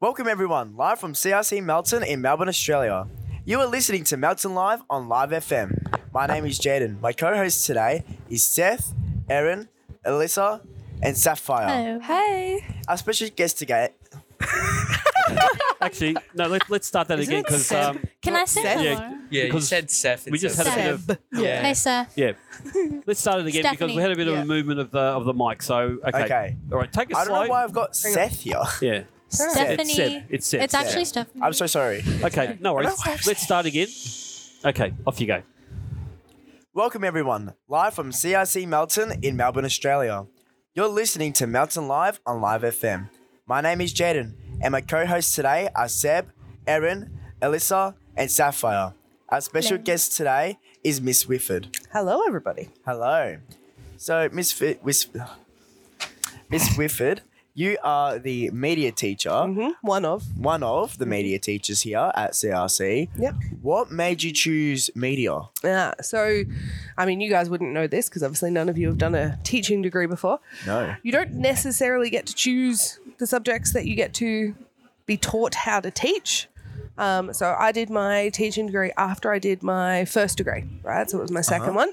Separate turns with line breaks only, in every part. Welcome, everyone, live from CRC Melton in Melbourne, Australia. You are listening to Melton Live on Live FM. My name is Jaden. My co host today is Seth, Erin, Alyssa, and Sapphire.
Hello.
Hey.
Our special guest today.
Actually, no. Let, let's start that
Isn't
again
it
because
Seb?
um,
Can I say
Seth?
hello?
yeah,
Yeah, you
Because
said Seth.
we just had a bit of
yeah.
Hey, Seth.
yeah. Let's start it again because we had a bit of
Yeah.
a movement of the of the mic. So okay,
Okay.
all right. Take a
I
slide.
don't know why I've got Seth here.
yeah.
Stephanie.
It's Seb. It's Seb.
It's actually Stephanie.
I'm so sorry.
Okay, no
I
worries.
don't know why I've
Let's start again. Okay, off you go.
Welcome, everyone, live from CRC Melton in Melbourne, Australia. You're listening to Melton Live on Live FM. My name is Jaden, and my co hosts today are Seb, Erin, Alyssa, and Sapphire. Our special
Hello.
guest today is Miss Whifford.
Hello, everybody.
Hello. So, Miss Fi- Wis- Miss Whifford, you are the media teacher,
One of.
one of the media teachers here at CRC.
Yep.
What made you choose media?
Yeah. So, I mean, you guys wouldn't know this because obviously none of you have done a teaching degree before.
No.
You don't necessarily get to choose the subjects that you get to be taught how to teach. Um, so I did my teaching degree after I did my first degree, right? So it was my 2nd one.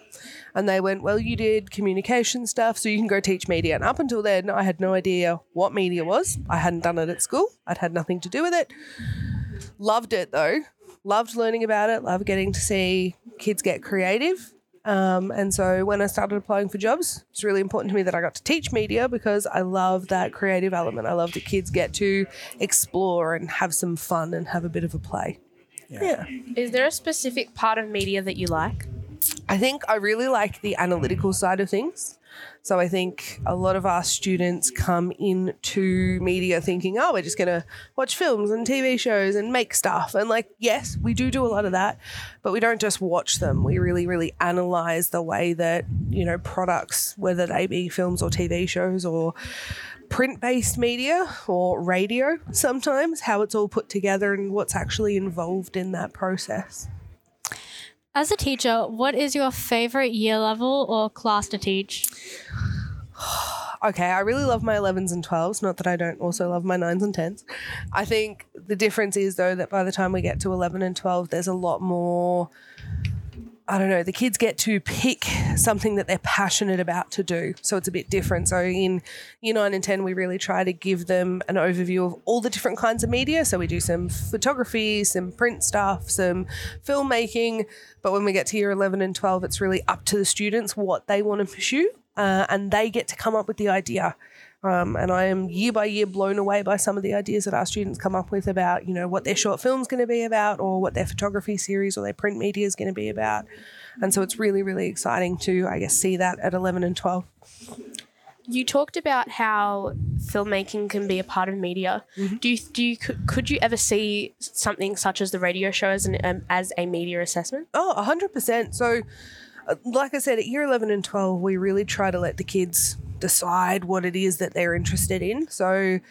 And they went, well, you did communication stuff, so you can go teach media. And up until then, I had no idea what media was. I hadn't done it at school, I'd had nothing to do with it. Loved it though. Loved learning about it. Loved getting to see kids get creative. Um, and so when I started applying for jobs, it's really important to me that I got to teach media because I love that creative element. I love that kids get to explore and have some fun and have a bit of a play. Yeah.
Is there a specific part of media that you like?
I think I really like the analytical side of things. So I think a lot of our students come into media thinking, oh, we're just going to watch films and TV shows and make stuff. And like, yes, we do do a lot of that, but we don't just watch them. We really, really analyze the way that, you know, products, whether they be films or TV shows or print based media or radio sometimes, how it's all put together and what's actually involved in that process.
As a teacher, what is your favorite year level or class to teach?
okay, I really love my 11s and 12s. Not that I don't also love my 9s and 10s. I think the difference is, though, that by the time we get to 11 and 12, there's a lot more. I don't know, the kids get to pick something that they're passionate about to do. So it's a bit different. So in year nine and 10, we really try to give them an overview of all the different kinds of media. So we do some photography, some print stuff, some filmmaking. But when we get to year 11 and 12, it's really up to the students what they want to pursue. Uh, and they get to come up with the idea. Um, and I am year by year blown away by some of the ideas that our students come up with about, you know, what their short film's going to be about or what their photography series or their print media is going to be about. And so it's really, really exciting to, I guess, see that at 11 and 12.
You talked about how filmmaking can be a part of media.
Mm-hmm.
Do you, do you could, could you ever see something such as the radio show as an um, as a media assessment?
Oh, 100%. So, uh, like I said, at year 11 and 12, we really try to let the kids decide what it is that they're interested in. So,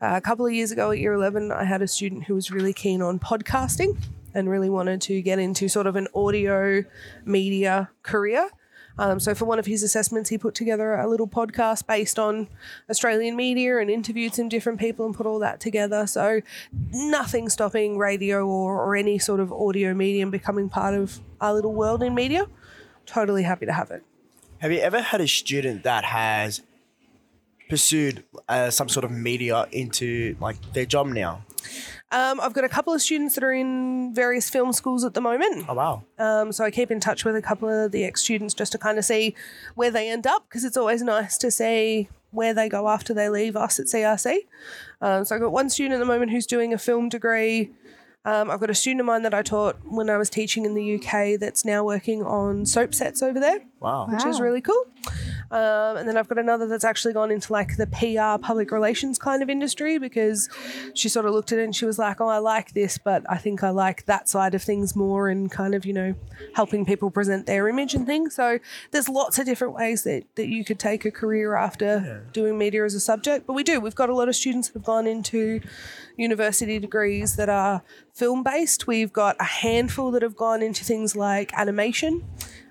uh, a couple of years ago at year 11, I had a student who was really keen on podcasting and really wanted to get into sort of an audio media career. Um, so, for one of his assessments, he put together a little podcast based on Australian media and interviewed some different people and put all that together. So, nothing stopping radio or, or any sort of audio medium becoming part of our little world in media. Totally happy to have it.
Have you ever had a student that has pursued uh, some sort of media into like their job now?
Um, I've got a couple of students that are in various film schools at the moment.
Oh wow!
Um, so I keep in touch with a couple of the ex students just to kind of see where they end up because it's always nice to see where they go after they leave us at CRC. Um, so I've got one student at the moment who's doing a film degree. Um, I've got a student of mine that I taught when I was teaching in the UK that's now working on soap sets over there.
Wow.
which is really cool. Um, and then I've got another that's actually gone into like the PR public relations kind of industry because she sort of looked at it and she was like, oh, I like this, but I think I like that side of things more and kind of, you know, helping people present their image and things. So there's lots of different ways that, that you could take a career after doing media as a subject. But we do, we've got a lot of students that have gone into university degrees that are film based. We've got a handful that have gone into things like animation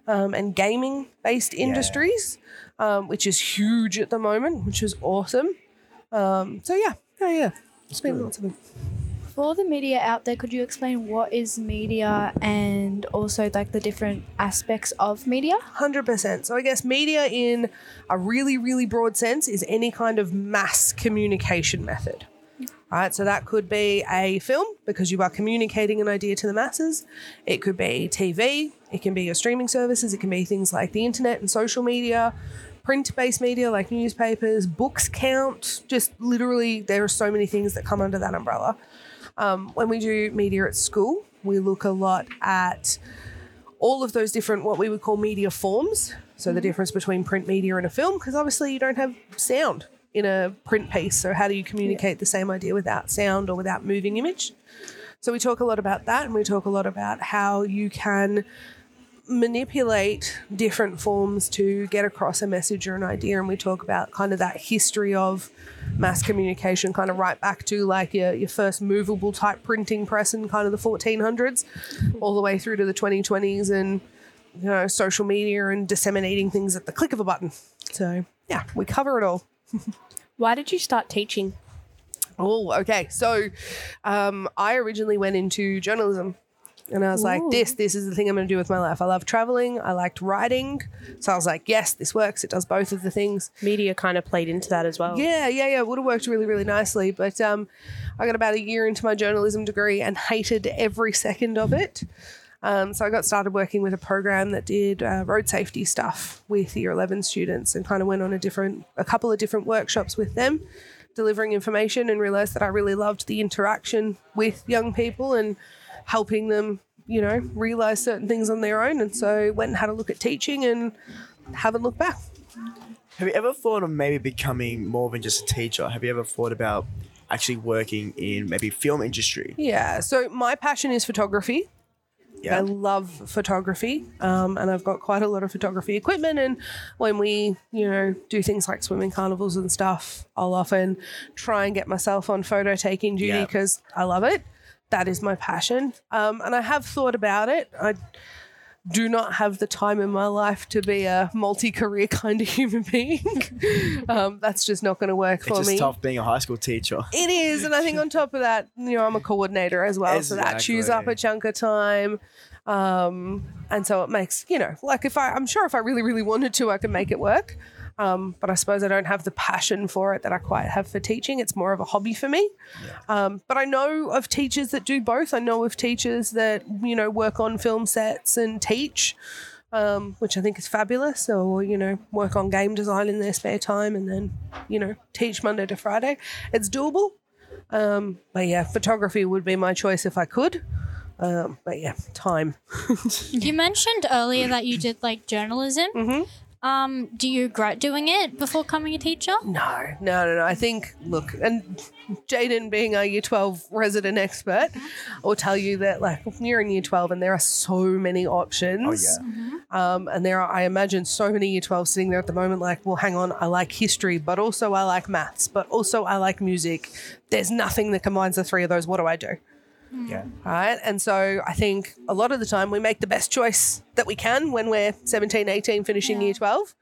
um, and gaming based industries, um, which is huge at the moment, which is awesome. Um, so yeah, yeah, yeah. It's been lots of them.
For all the media out there, could you explain what is media and also like the different aspects of media?
Hundred percent. So I guess media, in a really, really broad sense, is any kind of mass communication method. Right. So that could be a film because you are communicating an idea to the masses. It could be TV. It can be your streaming services. It can be things like the internet and social media, print-based media like newspapers, books count. Just literally, there are so many things that come under that umbrella. Um, when we do media at school, we look a lot at all of those different what we would call media forms. So the difference between print media and a film, because obviously you don't have sound in a print piece. So how do you communicate the same idea without sound or without moving image? So we talk a lot about that, and we talk a lot about how you can manipulate different forms to get across a message or an idea. And we talk about kind of that history of mass communication, kind of right back to like your, your first movable type printing press in kind of the 1400s, all the way through to the 2020s and you know, social media and disseminating things at the click of a button. So, yeah, we cover it all.
Why did you start teaching?
Oh, okay. So um, I originally went into journalism. And I was like, this, this is the thing I'm going to do with my life. I love traveling. I liked writing. So I was like, yes, this works. It does both of the things.
Media kind of played into that as well.
Yeah, yeah, yeah. Would have worked really, really nicely. But um, I got about a year into my journalism degree and hated every second of it. Um, so I got started working with a program that did uh, road safety stuff with year 11 students and kind of went on a different, a couple of different workshops with them, delivering information and realized that I really loved the interaction with young people and helping them, you know, realize certain things on their own. And so went and had a look at teaching and haven't looked back.
Have you ever thought of maybe becoming more than just a teacher? Have you ever thought about actually working in maybe film industry?
Yeah. So my passion is photography. I
Yeah.
love photography, um, and I've got quite a lot of photography equipment. And when we, you know, do things like swimming carnivals and stuff, I'll often try and get myself on photo taking duty
Yeah.
because I love it. That is my passion, um, and I have thought about it. I do not have the time in my life to be a multi-career kind of human being. um, that's just not going to work for
It's just
me.
tough being a high school teacher.
It is, and I think on top of that, you know, I'm a coordinator as well, so that chews up
Exactly.
a chunk of time. Um, and so it makes, you know, like if I, I'm sure if I really, really wanted to, I could make it work. Um, but I suppose I don't have the passion for it that I quite have for teaching. It's more of a hobby for me. Um, but I know of teachers that do both. I know of teachers that, you know, work on film sets and teach, um, which I think is fabulous. Or, you know, work on game design in their spare time and then, you know, teach Monday to Friday. It's doable. Um, but yeah, photography would be my choice if I could. Um, but yeah, time.
You mentioned earlier that you did like journalism.
Mm-hmm.
Um, do you regret doing it before becoming a teacher?
No, no, no, no. I think, look, and Jaden being our year 12 resident expert will tell you that, like, you're in year 12 and there are so many options.
Oh,
Um, and there are, I imagine, so many year 12 sitting there at the moment, like, well, hang on, I like history, but also I like maths, but also I like music. There's nothing that combines the three of those. What do I do?
Yeah.
right? And so I think a lot of the time we make the best choice that we can when we're 17, 18, finishing year 12.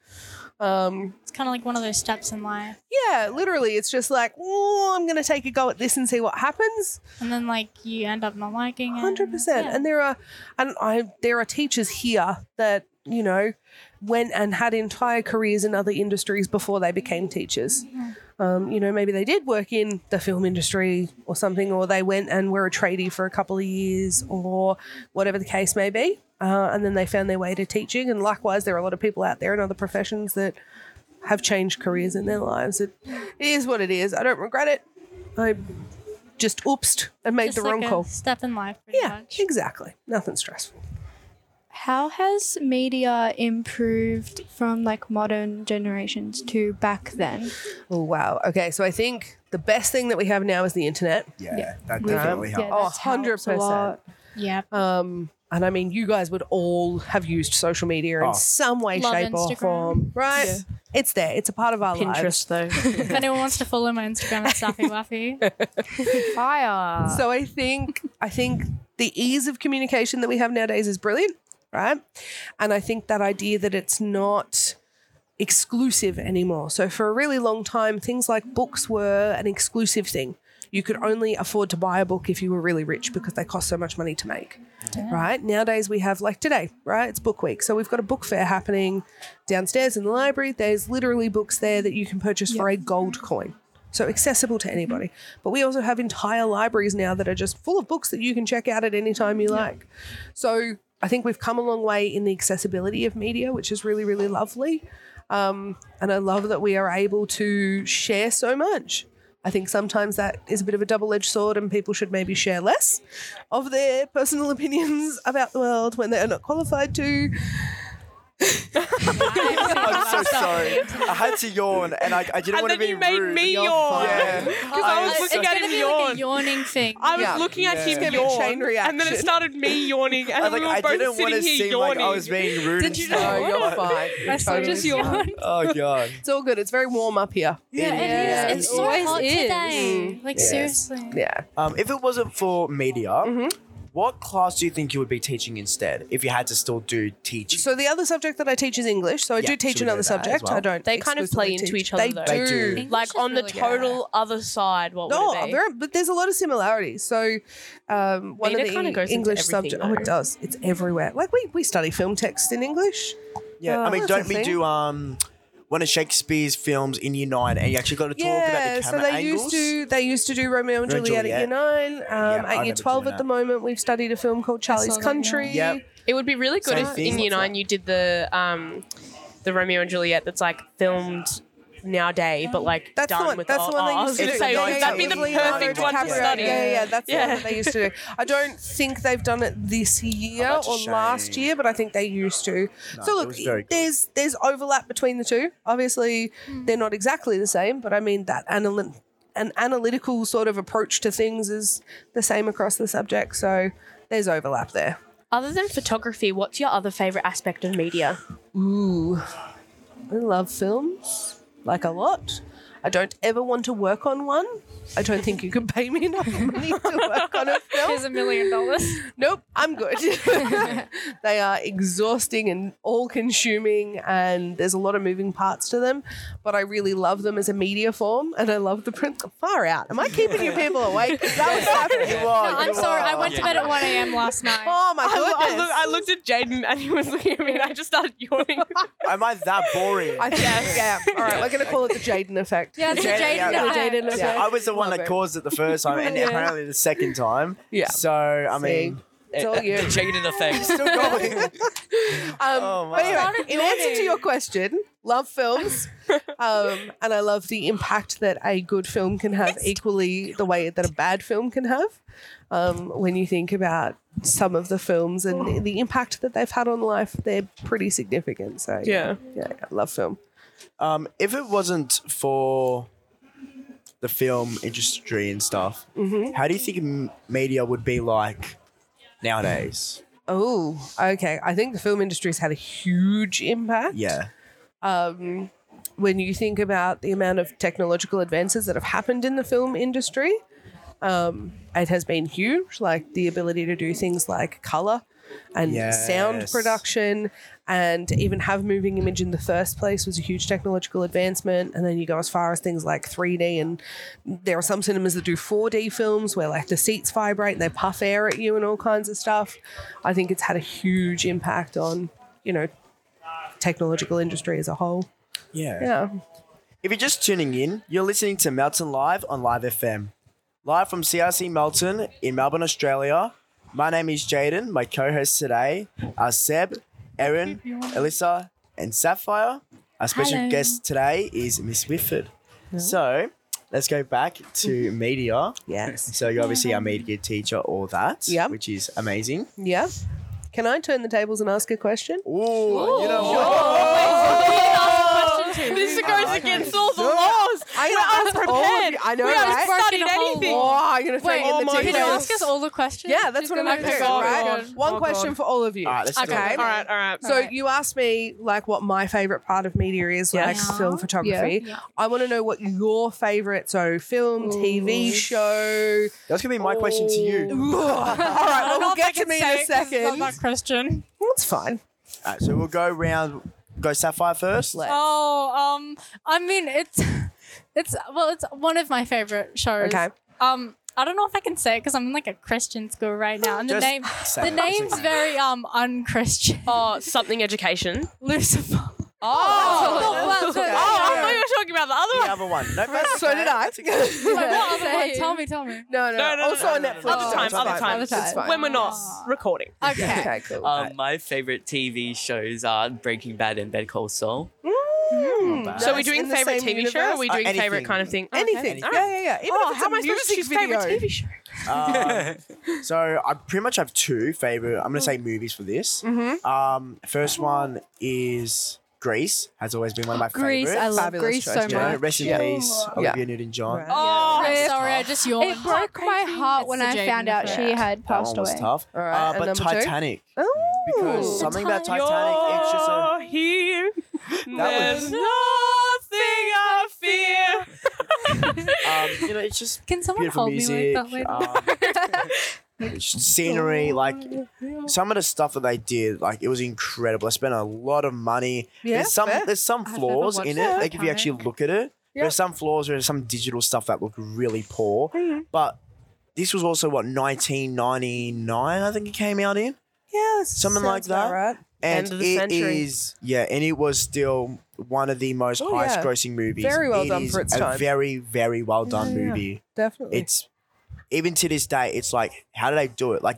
Um,
It's kind of like one of those steps in life.
yeah, literally, it's just like, oh, I'm going to take a go at this and see what happens.
And then like you end up not liking it.
Hundred percent.
yeah.
And there are, and I there are teachers here that you know went and had entire careers in other industries before they became teachers.
Mm-hmm.
Um, you know, maybe they did work in the film industry or something, or they went and were a tradie for a couple of years, or whatever the case may be. Uh, and then they found their way to teaching. And likewise, there are a lot of people out there in other professions that have changed careers in their lives. It, it is what it is. I don't regret it. I just oopsed and made
Just
the
like
wrong
a
call.
Step in life, pretty
Yeah,
much.
exactly. Nothing stressful.
How has media improved from like modern generations to back then?
Oh wow. Okay, so I think the best thing that we have now is the internet.
Yeah. That definitely helps.
Oh,
that's helped
100%.
a lot.
Yeah.
Um, and I mean, you guys would all have used social media in
Oh.
some way,
Love
shape, or
Instagram.
form, right? It's there. It's a part of our lives.
Pinterest though.
if anyone wants to follow my Instagram, it's Safi Wafi.
Fire.
So I think I think the ease of communication that we have nowadays is brilliant, right? And I think that idea that it's not exclusive anymore. So for a really long time, things like books were an exclusive thing. you could only afford to buy a book if you were really rich because they cost so much money to make. Right? Nowadays we have like today, right? It's book week. So we've got a book fair happening downstairs in the library. There's literally books there that you can purchase for a gold coin. So accessible to anybody. But we also have entire libraries now that are just full of books that you can check out at any time you like. So I think we've come a long way in the accessibility of media, which is really, really lovely. Um, and I love that we are able to share so much. I think sometimes that is a bit of a double edged sword, and people should maybe share less of their personal opinions about the world when they are not qualified to.
I'm so sorry. I had to yawn, and I, I didn't want to
then
be
you made
rude.
me yawn.
Yeah.
Because I was
it's
looking at
gonna
him
be
yawn.
like a yawning thing.
I was
Yeah.
looking
Yeah.
at
It's
him
gonna
be a
yawn,
chain
and then
reaction.
it started me yawning, and
I, like,
we were
I
both
didn't want
sitting
to
here
seem
yawning.
like I was being rude. and
Did you
stuff.
know? You're fine.
I saw just yawned.
Oh god.
It's all good. It's very warm up here.
Yeah,
Yeah,
it
it
is. It's so
always
hot
is.
today. Like
Yes.
seriously.
Yeah.
Um, if it wasn't for media,
Mm-hmm.
what class do you think you would be teaching instead? If you had to still do teaching,
So the other subject that I teach is English. So I
Yeah,
do teach
should we do
another
that as
subject.
well?
I don't.
They kind of
explicitly
play into
teach-
each other,
They
though.
They do.
English
like
is
on the
really good.
total other side, what
No,
would it be?
very, but there's a lot of similarities. So, um, one
Beta
of
kinda
the
goes into
English
everything,
subject.
though.
Oh, it does. It's everywhere. Like we, we study film text in English.
yeah. I
Oh,
mean,
that's a
don't we
thing.
do um one of Shakespeare's films in Year Nine, and you actually got to talk about the
so
camera
they
angles?
used to they used to do Romeo and
Romeo and
Juliet, at year nine. Um,
I
at year
remember
twelve
doing
at the
that.
moment, we've studied a film called Charlie's
that, yeah.
Country.
Yep.
It would be really good
Same
if
thing.
in Year
What's
Nine you did the um, the Romeo and Juliet that's like filmed nowadays, but like
That's
done
the one.
with
That's
all-
the one
oh, I
they used
was
to
gonna
do.
say,
Yeah, yeah,
that'd be the
yeah.
perfect one to
DiCaprio.
study.
Yeah, yeah, yeah, that's
Yeah.
the one that they used to do. I don't think they've done it this year
that's a
or last
shame.
year, but I think they used to. so
it
look,
was very good.
there's there's overlap between the two. Obviously,
Hmm.
they're not exactly the same, but I mean that anal- an analytical sort of approach to things is the same across the subject. So there's overlap there.
Other than photography, what's your other favorite aspect of media?
Ooh, I love films like a lot. I don't ever want to work on one. I don't think you can pay me enough money to work on a film.
Here's a million dollars.
Nope, I'm good. they are exhausting and all consuming, and there's a lot of moving parts to them. But I really love them as a media form, and I love the print. Far out. Am I keeping you people awake? That was happening.
You are,
I'm
you
sorry. I
are.
went to bed at 1 a.m. last night.
Oh my
I,
goodness.
loo- I loo- I looked at Jaden and he was looking at me and I just started yawning.
Am I that boring?
I think, yeah. All right, we're going to call it the Jaden effect.
Yeah, it's a
Jade- yeah,
Jaden
yeah.
effect.
Jaden effect.
I was the one
Love
that
it.
caused it the first time, and apparently the second time.
Yeah.
So I
See?
mean,
it's all you.
The chicken in effect.
still going.
Um,
Oh,
but
wow.
anyway, in answer to your question, love films, um, and I love the impact that a good film can have, equally the way that a bad film can have. Um, when you think about some of the films and the impact that they've had on life, they're pretty significant. So
yeah.
yeah, yeah, love film.
Um, if it wasn't for the film industry and stuff, how do you think m- media would be like nowadays?
Oh, okay. I think the film industry's had a huge impact.
Yeah.
um, when you think about the amount of technological advances that have happened in the film industry, um, it has been huge. Like the ability to do things like color and sound
Yes.
production, and even have moving image in the first place was a huge technological advancement. And then you go as far as things like 3D, and there are some cinemas that do 4D films where like the seats vibrate and they puff air at you and all kinds of stuff. I think it's had a huge impact on you know technological industry as a whole.
Yeah.
Yeah.
If you're just tuning in, you're listening to Melton Live on Live FM. Live from CRC Melton in Melbourne, Australia. My name is Jaden. My co hosts today are Seb, Erin, Alyssa, and Sapphire. Our special
Hello.
guest today is Miss Whitford. So let's go back to media.
Yes.
So you're obviously our media teacher, all that,
Yep.
which is amazing.
Yeah. Can I turn the tables and ask a question?
Ooh, you know what?
This goes
like
against
it.
all the laws.
I
I
am
was prepared.
I know,
we haven't
right?
studied
Working a whole
anything.
Oh, I'm gonna throw
Wait,
you in the
oh my
deep
Did you
goodness.
ask us all the questions?
Yeah, that's what I'm gonna do,
gonna do. Oh,
right?
God.
One
Oh,
question
God.
for all of you.
All right, let's do
okay.
it.
All right, all right.
So you asked me like what my favorite part of media is,
Yeah.
like film
Yeah.
photography.
Yeah.
I want to know what your favorite, so film, TV show.
That's going to be my question to you.
All right, well, we'll
don't
get to
think
me
it's
in a
safe 'cause it's not
second.
that question.
That's fine.
All right, so we'll go round, go Sapphire first.
Oh, um, I mean, it's, it's well, it's one of my favorite shows.
Okay.
Um, I don't know if I can say it because I'm in like a Christian school right now, and the
Just
name
say
the
it, it's
name's
okay.
very um unchristian.
Oh, something education.
Lucifer.
Oh,
Oh, that's it.
I thought you were talking about the other
The
one.
other one. No, that's
So
okay.
did I.
That's okay.
What other one? Tell me, tell me.
No, no,
No, no,
Also
no,
on
no,
Netflix.
no, no. Other
It's
time,
fine.
other time.
It's fine.
Other time.
When we're not recording.
Okay.
Okay, cool.
Um, my favorite TV shows are Breaking Bad and Better Call Saul.
So we're
That's
doing
in the
favorite
same
TV show. Or are
universe?
we
Uh,
doing favorite
anything.
kind of thing?
Anything.
Okay.
Yeah, yeah, yeah. Even
Oh,
if it's
how
a
am I supposed
music
to choose favorite
video.
TV show?
Um, so I pretty much have two favorite. I'm gonna say movies for this.
Mm. Mm-hmm.
Um, first one is Grease. Has always been one of my
Greece,
favorites.
I love
Fabulous
Greece so
choice,
much.
yeah, rest in
Yeah.
peace,
Yeah.
Olivia Newton-John.
Right.
Oh,
Chris.
sorry, I just yawned.
It broke my heart when
It's the
I found
Jaden
out
effect.
she had
That one
passed
was
away.
tough.
All right,
uh,
and
but
number two?
Titanic.
Oh.
Because something about Titanic, it's just a
You're here.
That was-
There's nothing I fear.
um, you know, it's just
Can someone
beautiful
hold me
music,
like that later?
um, it's just scenery, like some of the stuff that they did, like it was incredible. I spent a lot of money.
Yeah,
there's some
fair.
there's some
I've never
flaws
watched
in it.
that.
Like if you actually look at it, there's some flaws. There's some digital stuff that looked really poor, but. This was also what 1999, I think it came out in,
Yeah,
Something like
sounds about
that.
Right.
and
End of the
it
century.
is- yeah, and it was still one of the most
Oh, yeah.
highest-grossing movies.
Very well
It
done
is
for its
a
time.
Very, very well done
yeah.
movie.
Definitely.
it's even to this day, it's like, how did they do it? Like,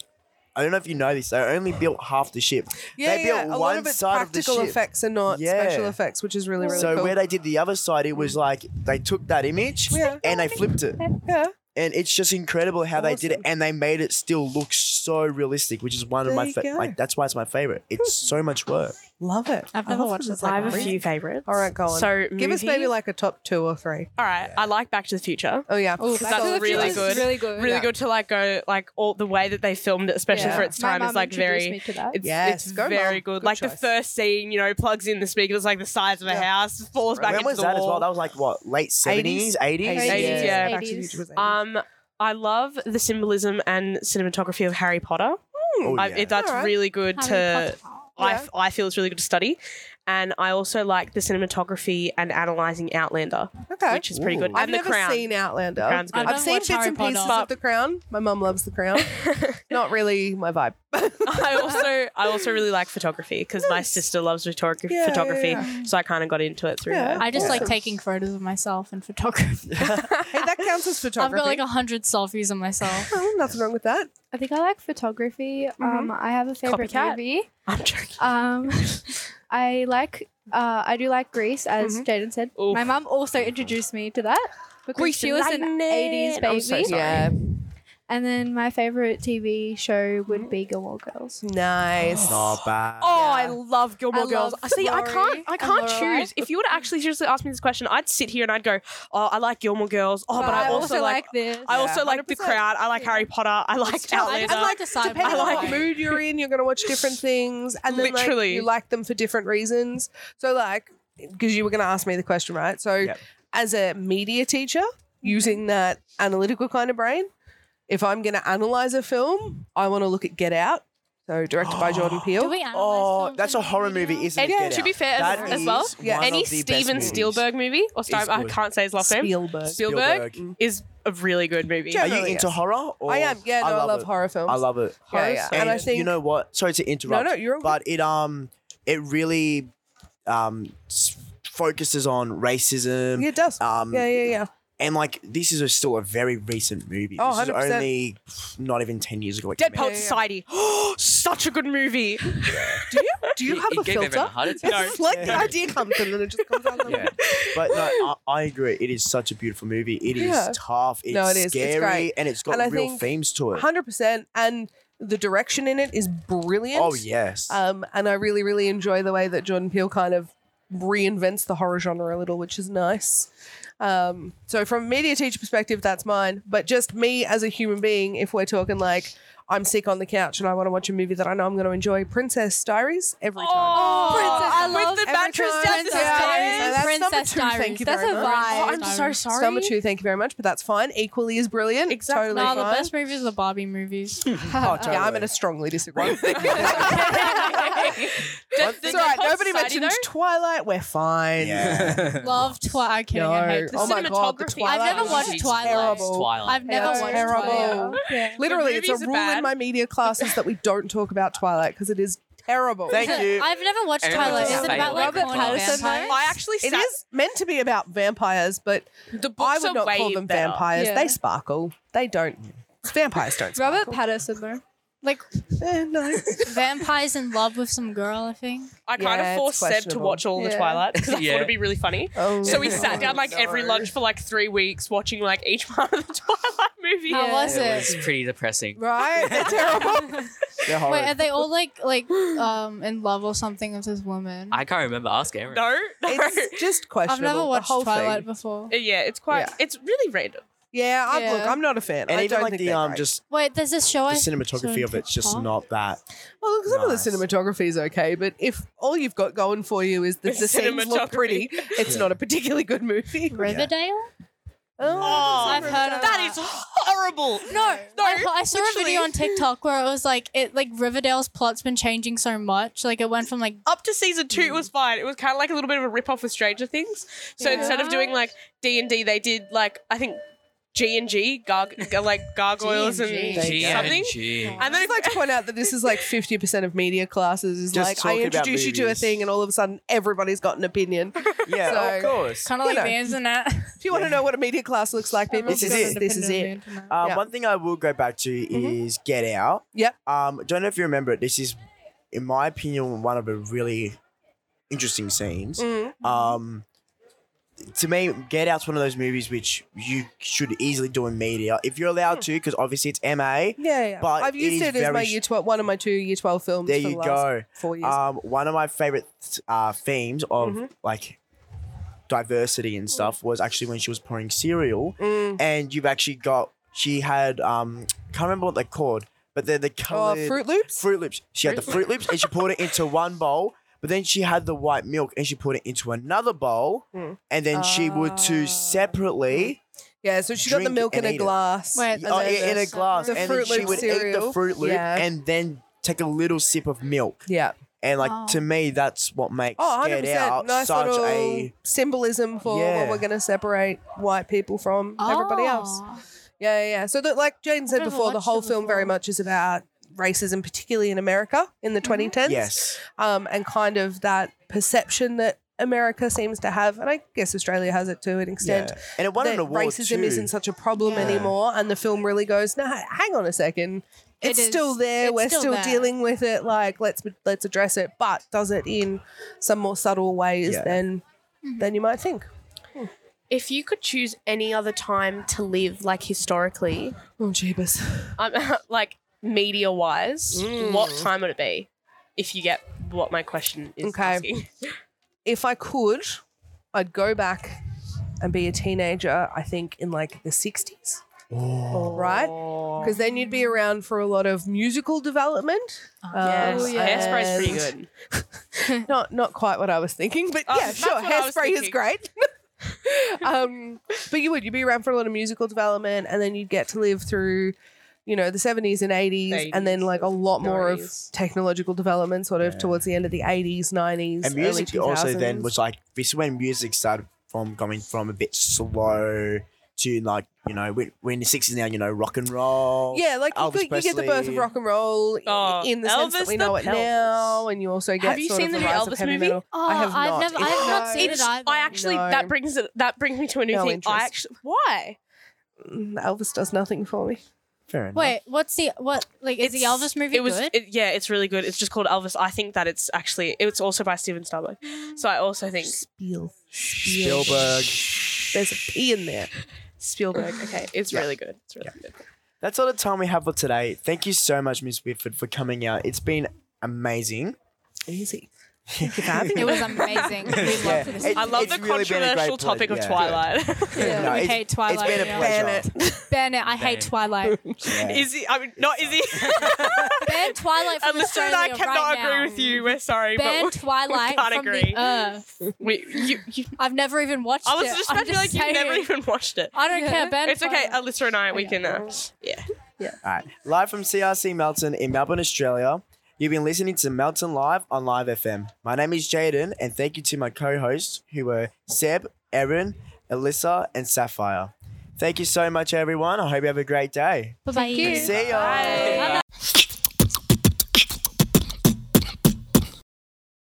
I don't know if you know this, they only built half the ship.
yeah,
they
yeah.
built
a lot
one
of it's
side of the
practical
ship.
effects and not
Yeah.
special effects, which is really, really
so
cool.
where they did the other side, it was like they took that image
Yeah.
and they flipped it.
yeah.
And it's just incredible how they did it,
Awesome.
and they made it still look so realistic, which is one of
There
my
you
fa-
go.
like that's why it's my favorite. It's so much work.
Love it.
I've
I
never
love
watched
it.
this.
It's like
I have a
great.
few favorites.
All right, go on.
So
Give us
movie-
maybe like a top two or three.
All right, I like Back to the Future.
Oh yeah,
Oh,
That's really good.
Really good.
Really
Yeah.
good to like go like all the way that they filmed it, especially
Yeah.
for its
My
time,
mum
is like
introduced
very.
me to that.
It's,
Yes,
it's
go, Mum.
very good.
Good
like the
choice.
first scene, you know, plugs in the speaker. It's like the size of a
Yeah.
house, falls back
when
into
was
the
that as
wall.
well? That was like what late seventies, eighties.
Eighties.
Eighties,
yeah.
Back to the
80s.
Future was 80s.
Um, I love the symbolism and cinematography of Harry Potter.
Oh,
I,
yeah.
it, that's
Alright.
really good
Harry
to.
Potter.
I, f- I feel it's really good to study, and I also like the cinematography and analyzing Outlander,
okay.
which is pretty good.
Ooh.
And
I've
the
never
Crown.
seen Outlander.
Crown's
I've
good.
I've,
never
seen
watched
bits
Harry
and pieces
Potter.
of The Crown. My mum loves The Crown. Not really my vibe.
I also I also really like photography because my sister loves photography,
Yeah, yeah,
photography
yeah.
so I kind of got into it through
Yeah.
her.
I just
Yeah.
like taking photos of myself and photography.
hey, that counts as
I've
photography.
got like a hundred selfies of myself.
Oh, nothing wrong with that.
I think I like photography. Um, I have a favorite
Mm-hmm. Copycat.
movie.
I'm joking.
Um, I like. Uh, I do like Greece, as Jaden said.
Mm-hmm. Oof.
My mum also introduced me to that because
Grease
she was an
lightning.
'80s
I'm so
baby.
sorry.
Yeah,
And then my favorite TV show
Mm-hmm.
would be Gilmore Girls.
nice.
Not bad.
Oh, I love Gilmore
I
Girls.
love
See, I
Rory
can't I
and
can't
Lorelai.
choose. If you were to actually seriously ask me this question, I'd sit here and I'd go, "Oh, I like Gilmore Girls. Oh, but, I, also, like,
this.
I also like The
100%.
Crowd. I like Harry Potter. I like
I
Outlander.
just like decide.
Depending
I
on
like-
what mood you're in, you're going to watch different things, and then like,
Literally.
you like them for different reasons. So, like, because you were going to ask me the question, right? So,
Yep.
as a media teacher, using that analytical kind of brain, if I'm going to analyze a film, I want to look at Get Out, so directed by Jordan Peele.
Do we analyze
Oh,
films
that's a
and
horror
media?
movie, isn't
And
it? Get
to be
Out?
fair, as-
That
as
is
well,
one
yeah,
of
Any
the best
Steven
movies.
Spielberg movie or Star- I
good.
can't say his last name.
Spielberg.
Spielberg, Mm.
Spielberg.
is a really good movie.
Yeah.
Are you
Generally,
into
yes.
horror? Or
I am. Yeah, no, I, love
it.
horror films.
Oh, I love it.
Yeah, yeah.
And,
And I think
you know what? Sorry to interrupt.
No, no, you're all
But it um it really um s- focuses on racism.
Yeah, it does.
Um,
yeah, yeah, yeah.
And like this is a, still a very recent movie.
Oh,
this is
100%.
only pff, not even ten years ago. it
Dead
came out.
Poet Society. Such a good movie.
Do you do you
It-
have
it
a
gave everyone
filter?
a heart attack.
It's like the idea comes in and it just comes out. of the-
Yeah.
But no, I, I agree. It is such a beautiful movie. It is
Yeah.
tough. It's
No, it is. It's
scary,
great.
and it's got
And I
real
think
themes to it.
hundred percent. And the direction in it is brilliant.
Oh yes.
Um, and I really, really enjoy the way that Jordan Peele kind of reinvents the horror genre a little, which is nice. Um, so from a media teacher perspective, that's mine. But just me as a human being, if we're talking like I'm sick on the couch and I want to watch a movie that I know I'm going to enjoy. Princess Diaries every time.
Oh, Princess, I
With
love
the mattress down the
Princess
stairs.
Diaries.
So that's number
Princess
two,
Diaries.
thank you
That's
very
a
much.
vibe.
Oh,
I'm so sorry.
It's number two, thank you very much, but that's fine. Equally is brilliant.
Exactly.
Totally
No, the
fine.
best movies are the Barbie movies.
Oh, totally.
Yeah, I'm going to strongly disagree. it's all
the
right.
whole
Nobody
society,
mentioned Twilight. We're fine.
Yeah.
Love Twilight. I'm kidding.
No.
I hate
oh my god, the
cinematography.
Twilight.
I've never
is
watched
She's
Twilight.
terrible. Twilight.
I've never
Yeah,
watched
terrible.
Twilight.
Yeah.
Literally, it's a
movies are
rule in
bad.
my media classes that we don't talk about Twilight because it is terrible.
Thank you.
I've never watched
Everyone
Twilight.
just
Is it about
failed.
like
Robert
corny
Pattinson,
vampires?
I actually
It
sat-
is meant to be about vampires, but
the books
I would
are
not
way
call them
better.
vampires.
Yeah.
They sparkle. They don't. Vampires don't. Sparkle.
Robert Patterson though.
Like
Eh, no.
vampires in love with some girl, I think.
I kind
Yeah,
of
it's
forced Seb to
questionable.
watch all the
Yeah.
Twilight because I
Yeah.
thought it'd be really funny.
Oh,
So we
no.
sat down like every lunch for like three weeks, watching like each part of the Twilight movie.
How was
It
it?
was pretty depressing.
Right? They're terrible.
They're horrid.
Wait, are they all like like um in love or something with this woman?
I can't remember. Ask Aaron.
No, no.
it's just questionable.
I've never
the
watched
whole
Twilight
Thing.
before.
yeah, it's quite.
Yeah.
It's really random.
Yeah, I'm, look,
Yeah.
I'm not a fan.
and
I
even
don't
like
think
the
they're
um,
great.
just
Wait, there's this show.
the
I
cinematography of it's just
Huh?
not that.
Well, look, some
Nice.
of the cinematography is okay, but if all you've got going for you is that the scenes look
Cinematography.
pretty, it's
Yeah.
not a particularly good movie.
Riverdale. I've heard of
That is horrible.
No,
No,
I, I saw a video
literally.
on TikTok where it was like it like Riverdale's plot's been changing so much. Like it went from like
Up to season two, it was fine. It was kind of like a little bit of a rip off with Stranger Things. So instead of doing like D and D, they did like I think G and G, like gargoyles
G&G.
and
G
Gee,
and
something.
G.
And
I
then
just like to point out that this is like 50% of media classes is
Just
like, I
talking about
introduce you to a
movies.
thing and all of a sudden everybody's got an opinion.
Yeah,
So-
of course.
kind of like
know.
the internet.
If you want to know what a media class looks like, people,
This is it.
This is it.
Um,
Yeah. Mm-hmm.
One thing I will go back to is Get Out.
Yep.
Um, don't know if you remember it. This is, in my opinion, one of the really interesting scenes.
Mm-hmm.
Um, to me, Get Out's one of those movies which you should easily do in media if you're allowed
Hmm.
to, because obviously it's MA.
Yeah, yeah.
But
I've
it
used
is
it as my
very sh-
year 12, one of my two year 12 films
There
for the
you
last
go.
four years.
Um, one of my favorite uh, themes of
Mm-hmm.
like diversity and
Mm.
stuff was actually when she was pouring cereal,
Oh,
and you've actually got she had um can't remember what they're called, but they're the
oh,
colored
Fruit Loops?
Fruit Loops. She had the Fruit Loops and she poured it into one bowl. But then she had the white milk and she poured it into another bowl,
Hmm.
and then she would
Ah.
two separately.
yeah, so she got the
Drink
milk in
and
a
eat it.
glass.
Wait,
Oh,
there's
in a
this-
glass,
The
and then
Fruit
she
Loop
would eat the
cereal.
Fruit Loop
Yeah.
and then take a little sip of milk.
Yeah.
And like
Oh.
to me, that's what makes
Oh,
Get
100%.
Out
nice
such
little
a
symbolism for
Yeah.
what we're going to separate white people from Oh. everybody else. Yeah, yeah, yeah. So, that, like Jane said
Oh. never
before, the
watched
whole
it
film very
before. Mm-hmm.
much is about racism, particularly in America in the 2010s.
yes.
Um, and kind of that perception that America seems to have, and I guess Australia has it to an extent.
Yeah. And it won
That
an award
racism
too.
isn't such a problem
Yeah.
anymore, and the film really goes, "No, hang on a second,
It
it's
is-
still there.
it's
We're
still
still,
there."
dealing with it. Like, let's let's address it, but does it in some more subtle ways
Yeah.
than
Mm-hmm.
than you might think."
If you could choose any other time to live, like historically,
Oh, jeebus.
I'm like media wise,
Mm.
what time would it be? If you get what my question is
Okay.
asking.
if I could, I'd go back and be a teenager, I think, in like the 60s.
Oh.
Right?
Oh.
Because then you'd be around for a lot of musical development.
Oh,
Um,
Yes, Hairspray's pretty
and-
good.
Not not quite what I was thinking, but
Oh,
yeah,
that's
sure.
what I was
Hairspray is
thinking.
great. um, but you would. You'd be around for a lot of musical development, and then you'd get to live through, you know, the 70s and 80s, and then
80s,
like a lot more of
90s.
technological development sort of
Yeah.
towards the end of the 80s, 90s.
And music
early
also then
2000s.
was like this is when music started from going from a bit slow to like you know we- we're in the sixties now you know rock and roll.
Yeah, like you,
Elvis
could- you get the birth of
Presley.
rock and roll i-
Oh,
in the sense that
Elvis
we know
the
it now, and you also get.
you
sort
seen
of
the new
rise of
Elvis
heavy
movie?
metal.
Oh,
I have
I've
not.
never- I
It's-
have not seen it
It's-
either.
I actually
No.
that brings it that brings me to a new
No
thing. I
interest.
actually why?
Mm, Elvis does nothing for me.
Fair enough.
Wait, what's the what like is the Elvis movie
It was
good?
it- yeah, it's really good. It's just called Elvis. I think that it's actually it's also by Steven Spielberg. So I also think
Mm.
Spiel.
Spielberg.
There's a P in there.
Spielberg. Okay, it's really good. It's really good.
That's all the time we have for today. Thank you so much, Miss Whitford, for coming out. It's been amazing.
Easy.
It was amazing. We loved
Yeah.
this.
It-
I love
it's
the
really been a great
controversial
pleasure,
topic of
yeah.
Twilight.
No,
we
it's-
hate Twilight.
It's been a
yeah.
pleasure.
Ban it. I hate
Ban.
Twilight.
Yeah.
Izzy, I mean, not Izzy.
Ban Twilight from
Alyssa and
Australia
I cannot
right
agree
now.
with you. We're sorry,
Ban Twilight
can't
from
agree.
the earth.
but we, you, you,
I've never even watched
I was
it.
just
I'm
about to be like, you
saying.
never even watched it.
I don't care. Ban
It's okay.
Twilight.
Alyssa and I, we can. Uh, yeah.
All right. Live from CRC Melton in Melbourne, Australia. You've been listening to Melton Live on Live FM. My name is Jaden, and thank you to my co hosts who were Seb, Erin, Alyssa, and Sapphire. Thank you so much, everyone. I hope you have a great day.
Bye.
See ya.
Bye.